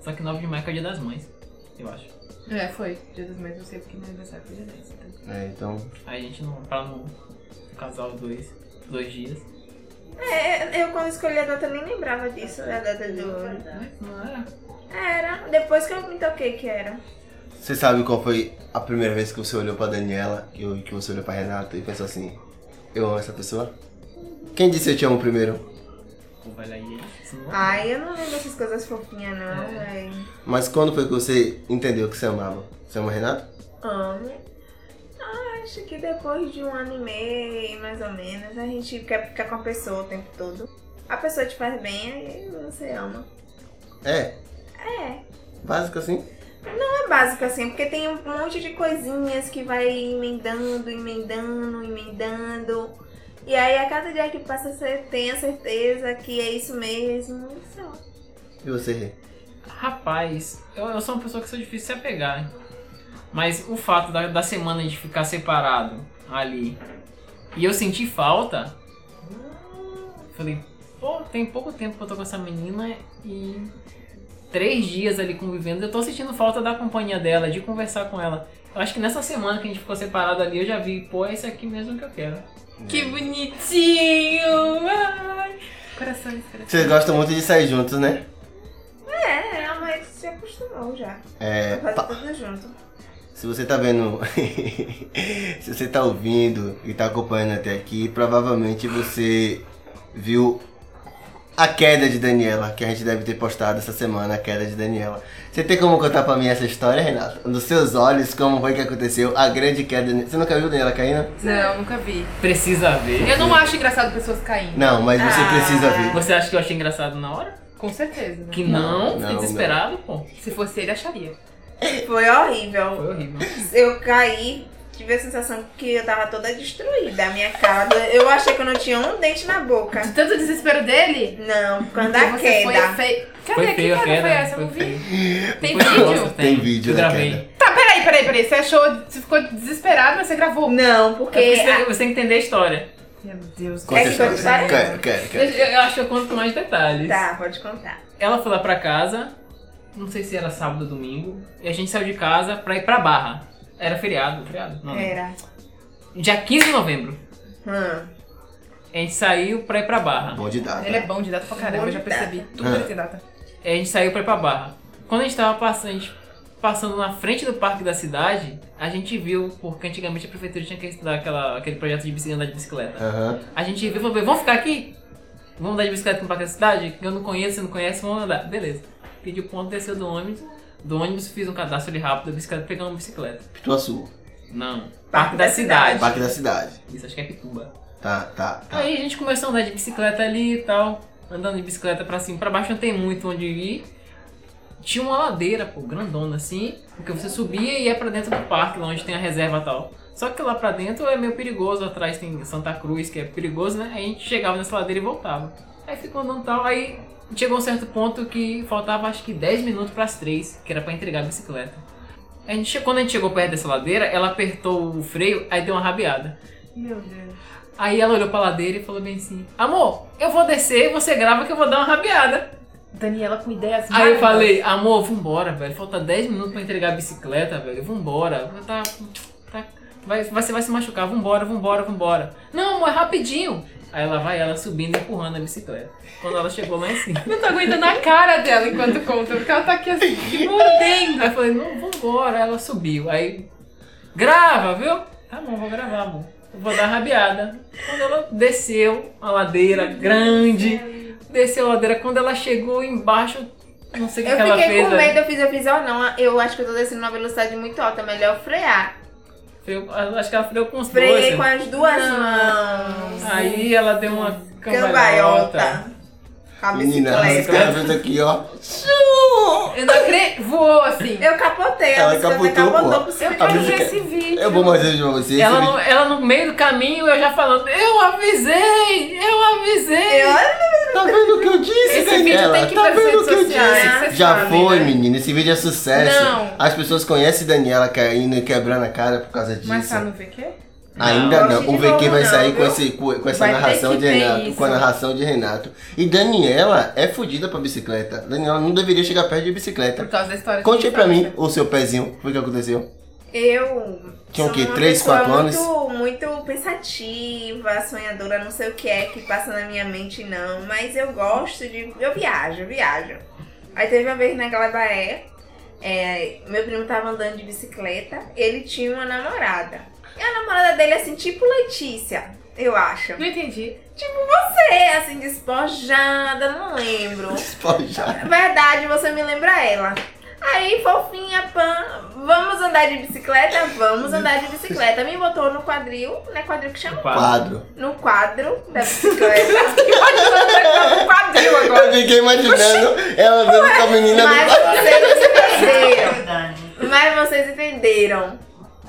Só que 9 de maio que é o dia das mães, eu acho.
É, foi. Dia dos meses, eu sei porque meu aniversário foi dia 10. então.
É, então.
Aí a gente não. pra não casar os dois, dois dias.
É, eu quando escolhi a data nem lembrava disso, da data do.
Mas não é. era.
Era, depois que eu me toquei que era.
Você sabe qual foi a primeira vez que você olhou pra Daniela e eu- que você olhou pra Renata e pensou assim: Eu amo essa pessoa? Quem disse eu te amo primeiro?
Pô, Olha aí, isso não é
Ai, eu não lembro essas coisas fofinhas, não, véi.
Mas quando foi que você entendeu que você amava? Você ama a Renata?
Amo. Acho que depois de um ano e meio, mais ou menos, a gente quer ficar com a pessoa o tempo todo. A pessoa te faz bem, aí você ama.
É,
É,
básico assim.
é básico assim, porque tem um monte de coisinhas que vai emendando, emendando, emendando. E aí a cada dia que passa você tem a certeza que é isso mesmo. Então, e só.
E você, Rê?
Rapaz, eu, eu sou uma pessoa que sou difícil de se apegar. Mas o fato da, da semana de ficar separado ali e eu senti falta. hum, Falei, pô, tem pouco tempo que eu tô com essa menina e três dias ali convivendo, eu tô sentindo falta da companhia dela, de conversar com ela. Eu acho que nessa semana que a gente ficou separado ali, eu já vi, pô, é isso aqui mesmo que eu quero.
Que bonitinho! Ai. Corações, corações.
Vocês gostam muito de sair juntos, né?
É, a mãe se acostumou já.
É.
Fazer
pa-
tudo junto.
Se você tá vendo, se você tá ouvindo e tá acompanhando até aqui, provavelmente você viu a queda de Daniela, que a gente deve ter postado essa semana, a queda de Daniela. Você tem como contar pra mim essa história, Renata? Nos seus olhos, como foi que aconteceu a grande queda? de- Você nunca viu Daniela caindo?
Não, nunca vi.
Precisa ver.
Eu não acho engraçado pessoas caindo.
Não, mas você
Ah.
precisa ver.
Você acha que eu achei engraçado na hora?
Com certeza. né?
Que não,
Não,
fiquei
não.
desesperado, pô.
Se fosse ele, acharia.
Foi horrível.
Foi horrível.
Eu caí tive a sensação que eu tava toda destruída, a minha cara. do- Eu achei que eu não tinha um dente na boca.
De tanto desespero dele,
Não, por causa
então
da
você foi
queda.
feio. Cadê?
Foi
que
feio a
queda
queda.
foi essa? Eu
foi
não vi.
feio.
Tem
Foi feio.
vídeo?
Tem vídeo
Eu
da
gravei.
queda.
Tá, peraí, peraí, peraí. Você achou, você ficou desesperado, mas você gravou.
Não, porque. Ah,
É porque você, você tem que entender a história.
Meu Deus. É
Conta a história.
história.
Quero, quero, quero.
Eu, eu acho que eu conto com mais detalhes.
Tá, pode contar.
Ela foi lá pra casa, não sei se era sábado ou domingo, e a gente saiu de casa pra ir pra Barra. Era feriado, feriado?
Ah.
Não. né?
Era.
É.
Dia 15 de novembro,
Hum.
a gente saiu pra ir pra Barra.
Bom de data.
Ele é bom de data pra caramba,
Bom
eu já
de data.
percebi. Tudo ele tem data.
A gente saiu pra ir pra Barra. Quando a gente tava passando, a gente passando na frente do parque da cidade, a gente viu, porque antigamente a prefeitura tinha que estudar aquela, aquele projeto de bicicleta andar de bicicleta.
Aham.
A gente viu e falou, vamos ficar aqui? Vamos andar de bicicleta no parque da cidade? Que eu não conheço, você não conhece, vamos andar. Beleza. Pedi o ponto, desceu do ônibus. Do ônibus fiz um cadastro ali rápido da bicicleta, pegamos uma bicicleta.
Pituaçu.
Não. Parque, da,
da
cidade.
Parque da cidade.
Isso, acho que é Pituba.
Tá, tá, tá.
Aí a gente começou a andar de bicicleta ali e tal. Andando de bicicleta pra cima e pra baixo, não tem muito onde ir. Tinha uma ladeira, pô, grandona assim, porque você subia e ia pra dentro do parque, lá onde tem a reserva e tal. Só que lá pra dentro é meio perigoso, atrás tem Santa Cruz, que é perigoso, né? Aí a gente chegava nessa ladeira e voltava. Aí ficou andando e tal, aí chegou um certo ponto que faltava acho que 10 minutos pras 3, que era pra entregar a bicicleta. A gente, che- quando a gente chegou perto dessa ladeira, ela apertou o freio, aí deu uma rabiada.
Meu Deus.
Aí ela olhou pra ladeira e falou bem assim: Amor, eu vou descer e você grava que eu vou dar uma rabiada.
Daniela com ideias
Aí eu
maravilhosas.
falei: Amor, vambora, velho. Falta 10 minutos pra entregar a bicicleta, velho. Vambora. Tá, tá, vai, você vai se machucar. Vambora, vambora, vambora. Não, amor, é rapidinho. Aí ela vai, ela subindo e empurrando a bicicleta. Quando ela chegou lá em cima.
Não tô aguentando a cara dela enquanto conta, porque ela tá aqui assim, te mordendo.
Aí eu falei, não, vambora. Ela subiu. Aí, grava, viu? Tá bom, vou gravar, amor. Eu vou dar uma rabiada. Quando ela desceu a ladeira grande, desceu a ladeira. Quando ela chegou embaixo, não sei o que,
Eu
que ela
fiquei
fez.
com
né?
medo, eu fiz, eu fiz, ó, não, eu acho que eu tô descendo numa velocidade muito alta, melhor frear.
Freou- acho que ela freou com os
Freiei
dois. né?
com as duas mãos.
Aí ela deu uma cambalhota.
Cambaiota. Com a
Menina,
bicicleta.
os caras fez aqui, ó.
Eu não acredito. Voou assim.
Eu capotei, a
Ela
bicicleta
capotou,
capotou
pô.
pro cima.
Eu quero ver
música-
esse vídeo.
Eu vou mostrar pra vocês.
Ela
esse
no, ela no meio do caminho, eu já falando, eu avisei, eu avisei.
Eu
vídeo- Tá vendo o que eu disse,
Esse vídeo
Daniela?
tem que ir
Tá
pras
vendo o
redes
que eu
sociais.
disse?
você
Já
sabe,
foi,
né?
menino. Esse vídeo é sucesso.
Não.
As pessoas conhecem Daniela caindo e quebrando a cara por causa disso.
Mas tá no VQ?
Ainda
Não.
não.
Hoje
O
de
VQ
novo
vai
não,
sair com,
viu?
esse, com, com essa
Vai ter
narração
que
de
ter
Renato.
isso.
Com a narração de Renato. E Daniela é fodida pra bicicleta. Daniela não deveria chegar perto de bicicleta.
Por causa da história.
Conte aí
de
pra mim
infância.
o seu pezinho. O que que aconteceu?
Eu.
Tinha o
sou
quê?
uma
Três,
pessoa
quatro anos?
Muito, muito pensativa, sonhadora, não sei o que é que passa na minha mente, não. Mas eu gosto de. Eu viajo, eu viajo. Aí teve uma vez na Galabaé, é, meu primo tava andando de bicicleta, ele tinha uma namorada. E a namorada dele, assim, tipo Letícia, eu acho. Tipo
Não entendi.
Você, assim, despojada, não lembro.
Espojado.
É Verdade, você me lembra ela. Aí, fofinha, pan, vamos andar de bicicleta? Vamos andar de bicicleta. Me botou no quadril, né? Quadril que chama?
Quadro.
No quadro da bicicleta. Que pode andar no quadril agora.
Eu fiquei imaginando ela andando com a menina no
Mas
quadro.
vocês entenderam. Mas vocês entenderam.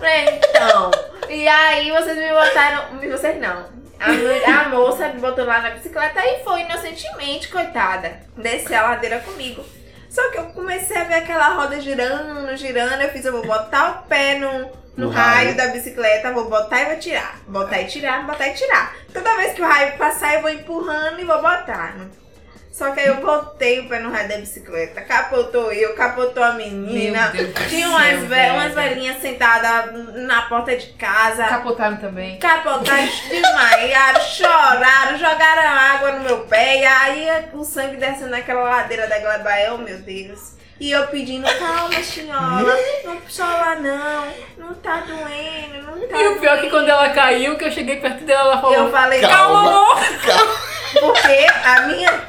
É, Então. E aí vocês me botaram. me- Vocês não. A, mo- a moça me botou lá na bicicleta e foi inocentemente, coitada. Desceu a ladeira comigo. Só que eu comecei a ver aquela roda girando, girando. Eu fiz, eu vou botar o pé no, no
No
raio
raio.
da bicicleta, vou botar e vou tirar. Botar e tirar, botar e tirar. Toda vez que o raio passar, eu vou empurrando e vou botando. Só que aí eu botei o pé no raio da bicicleta. Capotou eu, capotou a menina.
Meu Deus do
Tinha
céu,
umas, ve
velho.
umas velhinhas sentadas na porta de casa.
Capotaram também.
Capotaram, desmaiaram, choraram, jogaram água no meu pé. E aí o sangue descendo naquela ladeira da Glabael, meu Deus. E eu pedindo, calma, senhora, não chora não, não tá doendo, não tá
E o pior é que
doendo."
quando ela caiu, que eu cheguei perto dela, ela falou,
Eu falei,
Calma.
Porque a minha,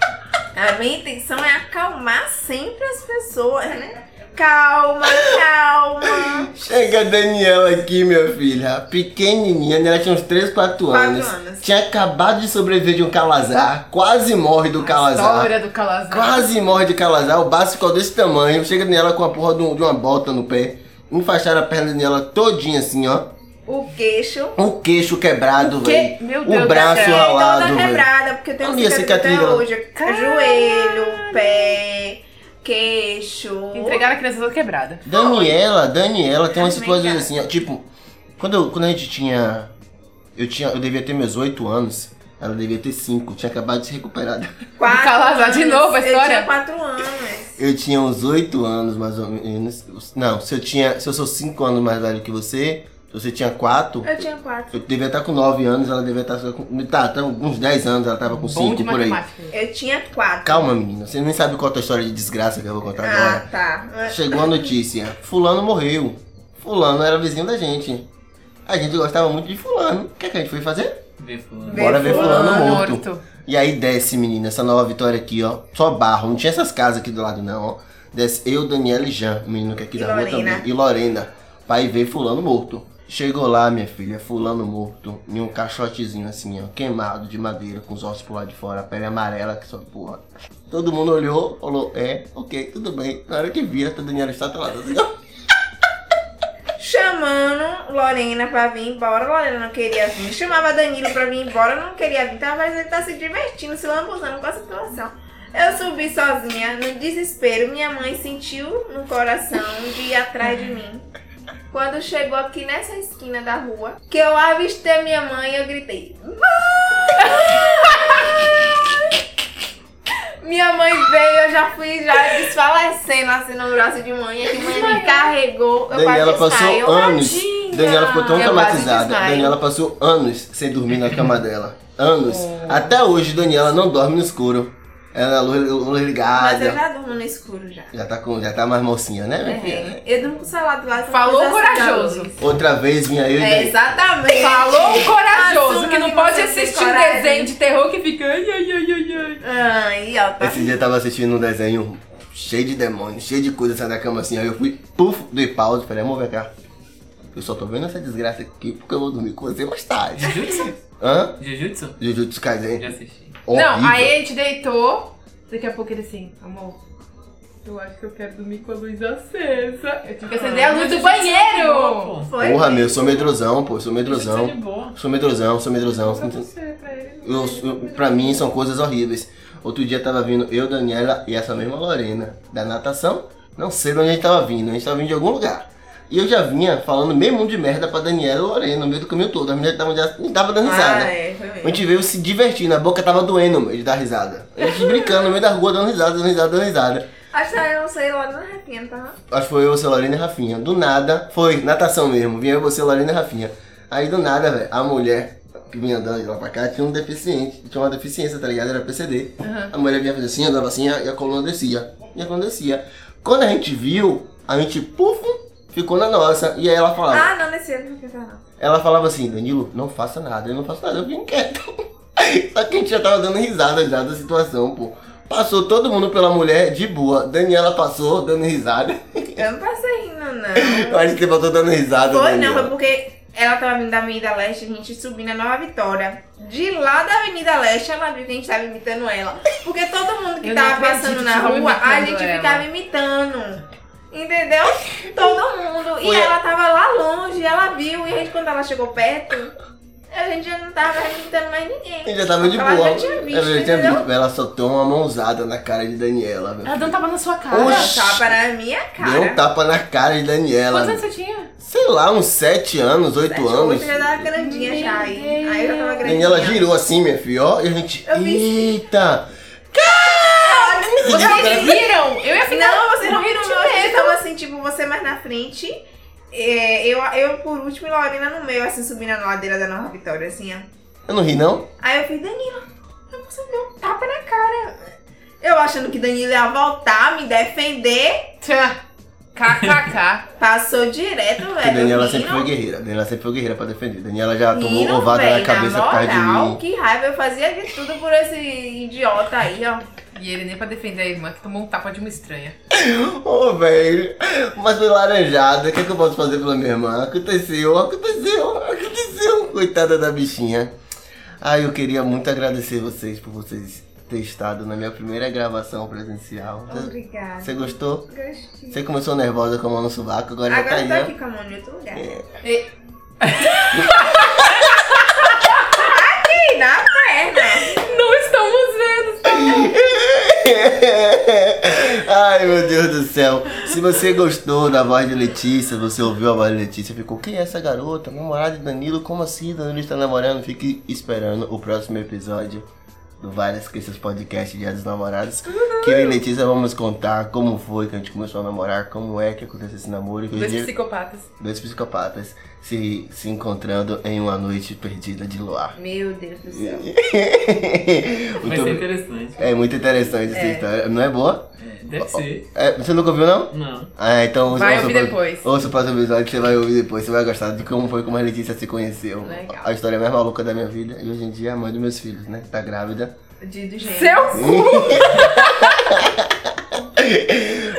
a minha intenção é acalmar sempre as pessoas, né? Calma, calma.
Chega a Daniela aqui, minha filha. Pequenininha, né? ela tinha uns 3, 4
Quatro
anos.
anos.
Tinha acabado de sobreviver de um calazar. Quase morre do calazar.
História do Calazar.
Quase morre de calazar. O baço ficou desse tamanho. Chega nela com a porra de, um- de uma bota no pé. Enfaixaram a perna dela todinha assim, ó.
o queixo. é
Um queixo quebrado,
O quê?
velho.
Meu Deus
O
do
braço
céu.
ralado,
toda
velho.
quebrada, porque eu tenho
Olha a
cicatriz até
cicatriz lá.
hoje. Joelho, pé, queixo.
Entregaram a criança toda quebrada.
Daniela, Daniela, tem umas
Também,
situações
cara.
assim, ó, tipo, quando, eu- quando a gente tinha. Eu tinha. Eu devia ter meus 8 anos, ela devia ter 5, tinha acabado de se recuperar.
Quatro
Calazar de
anos.
novo a história?
Eu tinha quatro anos.
Eu tinha uns 8 anos, mais ou menos. Não, se eu tinha. Se eu sou 5 anos mais velho que você, se você tinha 4.
Eu tinha quatro.
Eu devia estar com 9 anos, ela devia estar só com. Tá, tá uns 10 anos, ela tava com
Bom de
5 por aí.
matemática.
Eu tinha quatro.
Calma, menina, você nem sabe qual é a história de desgraça que eu vou contar
Ah,
agora.
tá.
Chegou a notícia: Fulano morreu. Fulano era vizinho da gente. A gente gostava muito de Fulano. O que, é que a gente foi fazer?
Vê fulano.
Vê
Bora ver Fulano,
Fulano
morto. E aí desce, menina, essa nova vitória aqui, ó. Só barro, não tinha essas casas aqui do lado, não, ó. Desce eu, Daniela e Jean, o menino que é aqui
E
da rua
Lorena.
também. E Lorena. Pra ir ver Fulano morto. Chegou lá, minha filha, Fulano morto. Em um caixotezinho assim, ó. Queimado de madeira, com os ossos pro lado de fora, a pele amarela, que só porra. Todo mundo olhou, falou, é, ok, tudo bem. Na hora que vira, a Daniela está lá. Assim, ó.
Chamando Lorena pra vir embora. Lorena não queria vir. Chamava Danilo pra vir embora. Não queria vir. Tá, mas ele tá se divertindo, se lambuzando com a situação. Eu subi sozinha, no desespero. Minha mãe sentiu no coração de ir atrás de mim. Quando chegou aqui nessa esquina da rua, que eu avistei minha mãe, eu gritei: Minha mãe veio, eu já fui já desfalecendo assim no braço de mãe. que mãe me carregou. Eu
Daniela
quase
passou
desmaio.
anos.
Tadinha!
Daniela ficou tão
Eu quase
traumatizada.
desmaio.
Daniela passou anos sem dormir na cama dela. Anos.
É.
Até hoje, Daniela não dorme no escuro. Ela é a luz, luz
Mas eu
ligada.
já durmo no escuro já.
Já tá, com, já tá mais mocinha, né, minha filha?
É, eu durmo com o celular do lado.
Falou
depois acendo a
corajoso.
luz.
Outra vez vinha eu e
É,
Daniela.
exatamente.
Falou o corajoso,
Assuma
que não
que
pode
você
assistir
tem
um
coragem.
desenho de terror que fica. Ai, ai, ai, ai, ai.
Ai, ó, tá.
Esse dia eu tava assistindo um desenho cheio de demônios, cheio de coisa saindo da cama assim. Aí eu fui, puf, dei pausa. Falei, amor, vem cá. Eu só tô vendo essa desgraça aqui porque eu vou dormir com você mais tarde.
Jujutsu?
Hã?
Jujutsu?
Jujutsu
Já
Kaisen.
assisti.
Não,
Horrível.
aí a gente deitou. Daqui a pouco ele assim, amor. Eu acho que eu quero dormir com a luz acesa. Eu tive que acender a luz do banheiro.
Pô,
Foi.
Porra, meu, eu sou medrosão, pô, eu sou
Jujutsu é de
medrosão.
boa.
Sou medrosão, sou medrosão. Eu, eu, pra mim são coisas horríveis. Outro dia tava vindo eu, Daniela e essa mesma Lorena da natação. Não sei de onde a gente tava vindo, a gente tava vindo de algum lugar. E eu já vinha falando meio mundo de merda pra Daniela e Lorena no meio do caminho todo. As meninas estavam já não tava dando risada.
Ah, é, foi
A
mesmo.
gente veio se divertindo, a boca tava doendo meu, de dar risada. A gente brincando no meio da rua, dando risada, dando risada, dando risada.
Acho que eu não sei lá na Rafinha, tá?
Acho que foi eu, você, Lorena e Rafinha. Do nada, foi, natação mesmo. Vinha eu, você, Lorena e Rafinha. Aí do nada, velho, a mulher que vinha andando de lá pra cá tinha um deficiente. Tinha uma deficiência, tá ligado? Era PCD. A mulher vinha fazer assim, andava assim, e a coluna descia. E a coluna descia. Quando a gente viu, a gente, puf, ficou na nossa. E aí ela falava,
Ah, não, nesse ano não tá não.
ela falava assim, Danilo, não faça nada, eu não faço nada, eu fico quieto. Só que a gente já tava dando risada já da situação, pô. Passou todo mundo pela mulher de boa. Daniela passou dando risada.
Eu não passei rindo, não.
Eu acho que você voltou dando risada.
Foi não,
Daniela.
foi porque ela tava vindo da Avenida Leste, a gente subindo na Nova Vitória. De lá da Avenida Leste, ela viu que a gente tava imitando ela. Porque todo mundo que
Eu
tava
não acredito
passando
que
na
tava
rua, a
imitando
gente
ela.
ficava imitando. Entendeu? Todo mundo. E ela tava lá longe, ela viu. E a gente, quando ela chegou perto, a gente já não tava mais imitando mais ninguém.
A gente já tava de
ela
boa.
já tinha visto,
ela já tinha
entendeu?
visto. Ela só deu uma mãozada na cara de Daniela. velho.
Ela não tava na sua cara.
Oxi,
Tapa na minha
Deu um
cara.
tapa na cara de Daniela.
Quantos anos você tinha?
Sei lá, uns 7 anos, 8
Sete,
anos.
oito, já tava grandinha já aí.
Meu
Aí eu tava grandinha.
Daniela girou assim, minha filha, ó. E a gente.
Eu vi.
Eita!
Vocês viram? Eu ia ficar.
Não, vocês não viram
de
não. Eu
medo.
tava assim, tipo, você mais na frente. é, eu, eu por último e Lorena no meio, assim, subindo na ladeira da Nova Vitória, assim, ó.
Eu não ri, não?
Aí eu fui, Danilo, eu você deu um tapa na cara. Eu achando que Danilo ia voltar, me defender.
Tchá. KKK.
Passou direto, velho.
Porque Daniela
rindo,
sempre foi guerreira. Daniela sempre foi guerreira pra defender. Daniela já tomou
rindo,
ovada
velho,
na cabeça por causa de
moral,
mim.
Que raiva, eu fazia de tudo por esse idiota aí, ó.
E ele nem pra defender a irmã que tomou um tapa de uma estranha.
Ô, velho. Mas foi laranjada. O que, é que eu posso fazer pela minha irmã? Aconteceu, aconteceu, aconteceu. Coitada da bichinha. Ai, eu queria muito agradecer vocês por vocês terem estado na minha primeira gravação presencial.
Obrigada.
Você gostou?
Gostei.
Você começou nervosa com a mão no sovaco, agora, já tá
Agora eu
aí,
tô
ó.
aqui com a mão em outro lugar.
E-
Ei, na perna.
Não estamos vendo.
Ai, meu Deus do céu. Se você gostou da voz de Letícia, você ouviu a voz de Letícia, ficou, quem é essa garota? Namorada de Danilo? Como assim? Danilo está namorando? Fique esperando o próximo episódio do Várias Crianças Podcast Dia dos Namorados. Que eu e Letícia vamos contar como foi que a gente começou a namorar, como é que aconteceu esse namoro. Que hoje
Dois
em dia-
psicopatas.
dois psicopatas se, se encontrando em uma noite perdida de luar.
Meu Deus do céu.
Vai
Muito-
ser interessante.
É muito interessante essa história. Não é boa?
É, deve ser.
É, você nunca ouviu, não?
Não.
Ah, então ouça
Vai
ouça o
ouvir
pro-
depois.
Ouça o próximo episódio que você vai ouvir depois. Você vai gostar de como foi como a Letícia se conheceu.
Legal.
A história mais maluca da minha vida. E hoje em dia é a mãe dos meus filhos, né? Tá grávida.
De, do gênero.
Seu cu!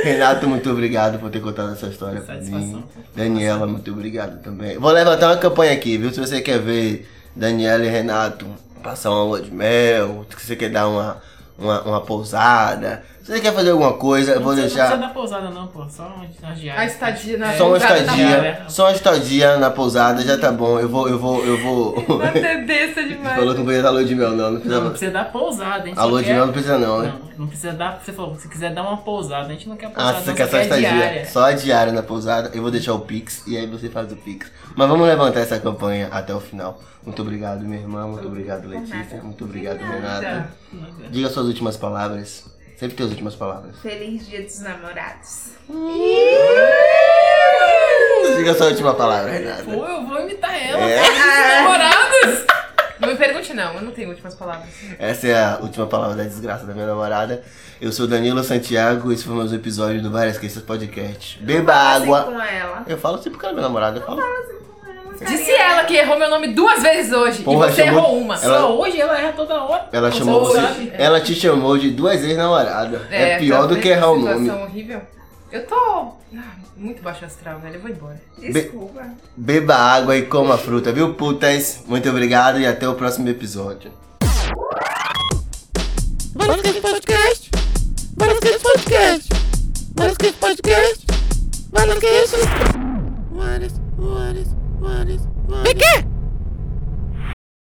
Renato, muito obrigado por ter contado essa história pra mim.
Satisfação.
Daniela, muito obrigado também. Vou levantar uma campanha aqui, viu? Se você quer ver Daniela e Renato passar uma lua de mel, se você quer dar uma, uma, uma pousada, se você quer fazer alguma coisa, eu vou
não precisa-
deixar.
Não precisa dar pousada não, pô. Só um estagiário.
A estadia na
Só uma
Tá entrada da-
estadia,
praia.
só uma estadia na pousada, já tá bom. Eu vou, eu vou, eu vou.
Na tendência
Você
demais.
falou que não precisa da lua de mel, não. Não
Não, não
precisa.
precisa dar pousada, a gente
A lua
só
de
quer-
mel não precisa, não, né?
Não, não precisa dar. Você falou, se quiser dar uma pousada, a gente não quer
Ah,
pousada.
você
não,
quer só
quer
estadia.
diária.
Só a diária na pousada. Eu vou deixar o Pix e aí você faz o Pix. Mas vamos levantar essa campanha até o final. Muito obrigado, minha irmã. Muito obrigado, Letícia. Muito obrigado, Renata. Diga suas últimas palavras. Sempre tem as últimas palavras.
Feliz dia dos namorados.
Diga sua última palavra, Renata. É.
Pô, eu vou imitar ela.
Namorados! Não me pergunte, não. Eu não tenho últimas palavras.
Essa é a última palavra da desgraça da minha namorada. Eu sou Danilo Santiago e esse foi mais um episódio do Várias Crianças Podcast. Beba água.
Com ela.
Eu falo sempre porque ela é minha namorada. assim Eu falo.
Disse ela que errou meu nome duas vezes hoje.
Porra,
e você
chamou-
errou uma.
Ela-
Só hoje ela erra toda hora.
Ela
Você
chamou
sabe?
você. Ela te chamou de duas ex-namorada. É, pior
tá
do que errar o
vendo
nome.
Situação horrível. Eu tô ah, muito baixo astral, velho. Eu vou embora.
Desculpa.
Beba água e coma fruta, viu, putas? Muito obrigado e até o próximo episódio.
Várias Crianças Podcast. Várias Crianças Podcast. Várias Crianças Podcast. Várias Crianças. Várias, várias, várias, várias. Vem cá!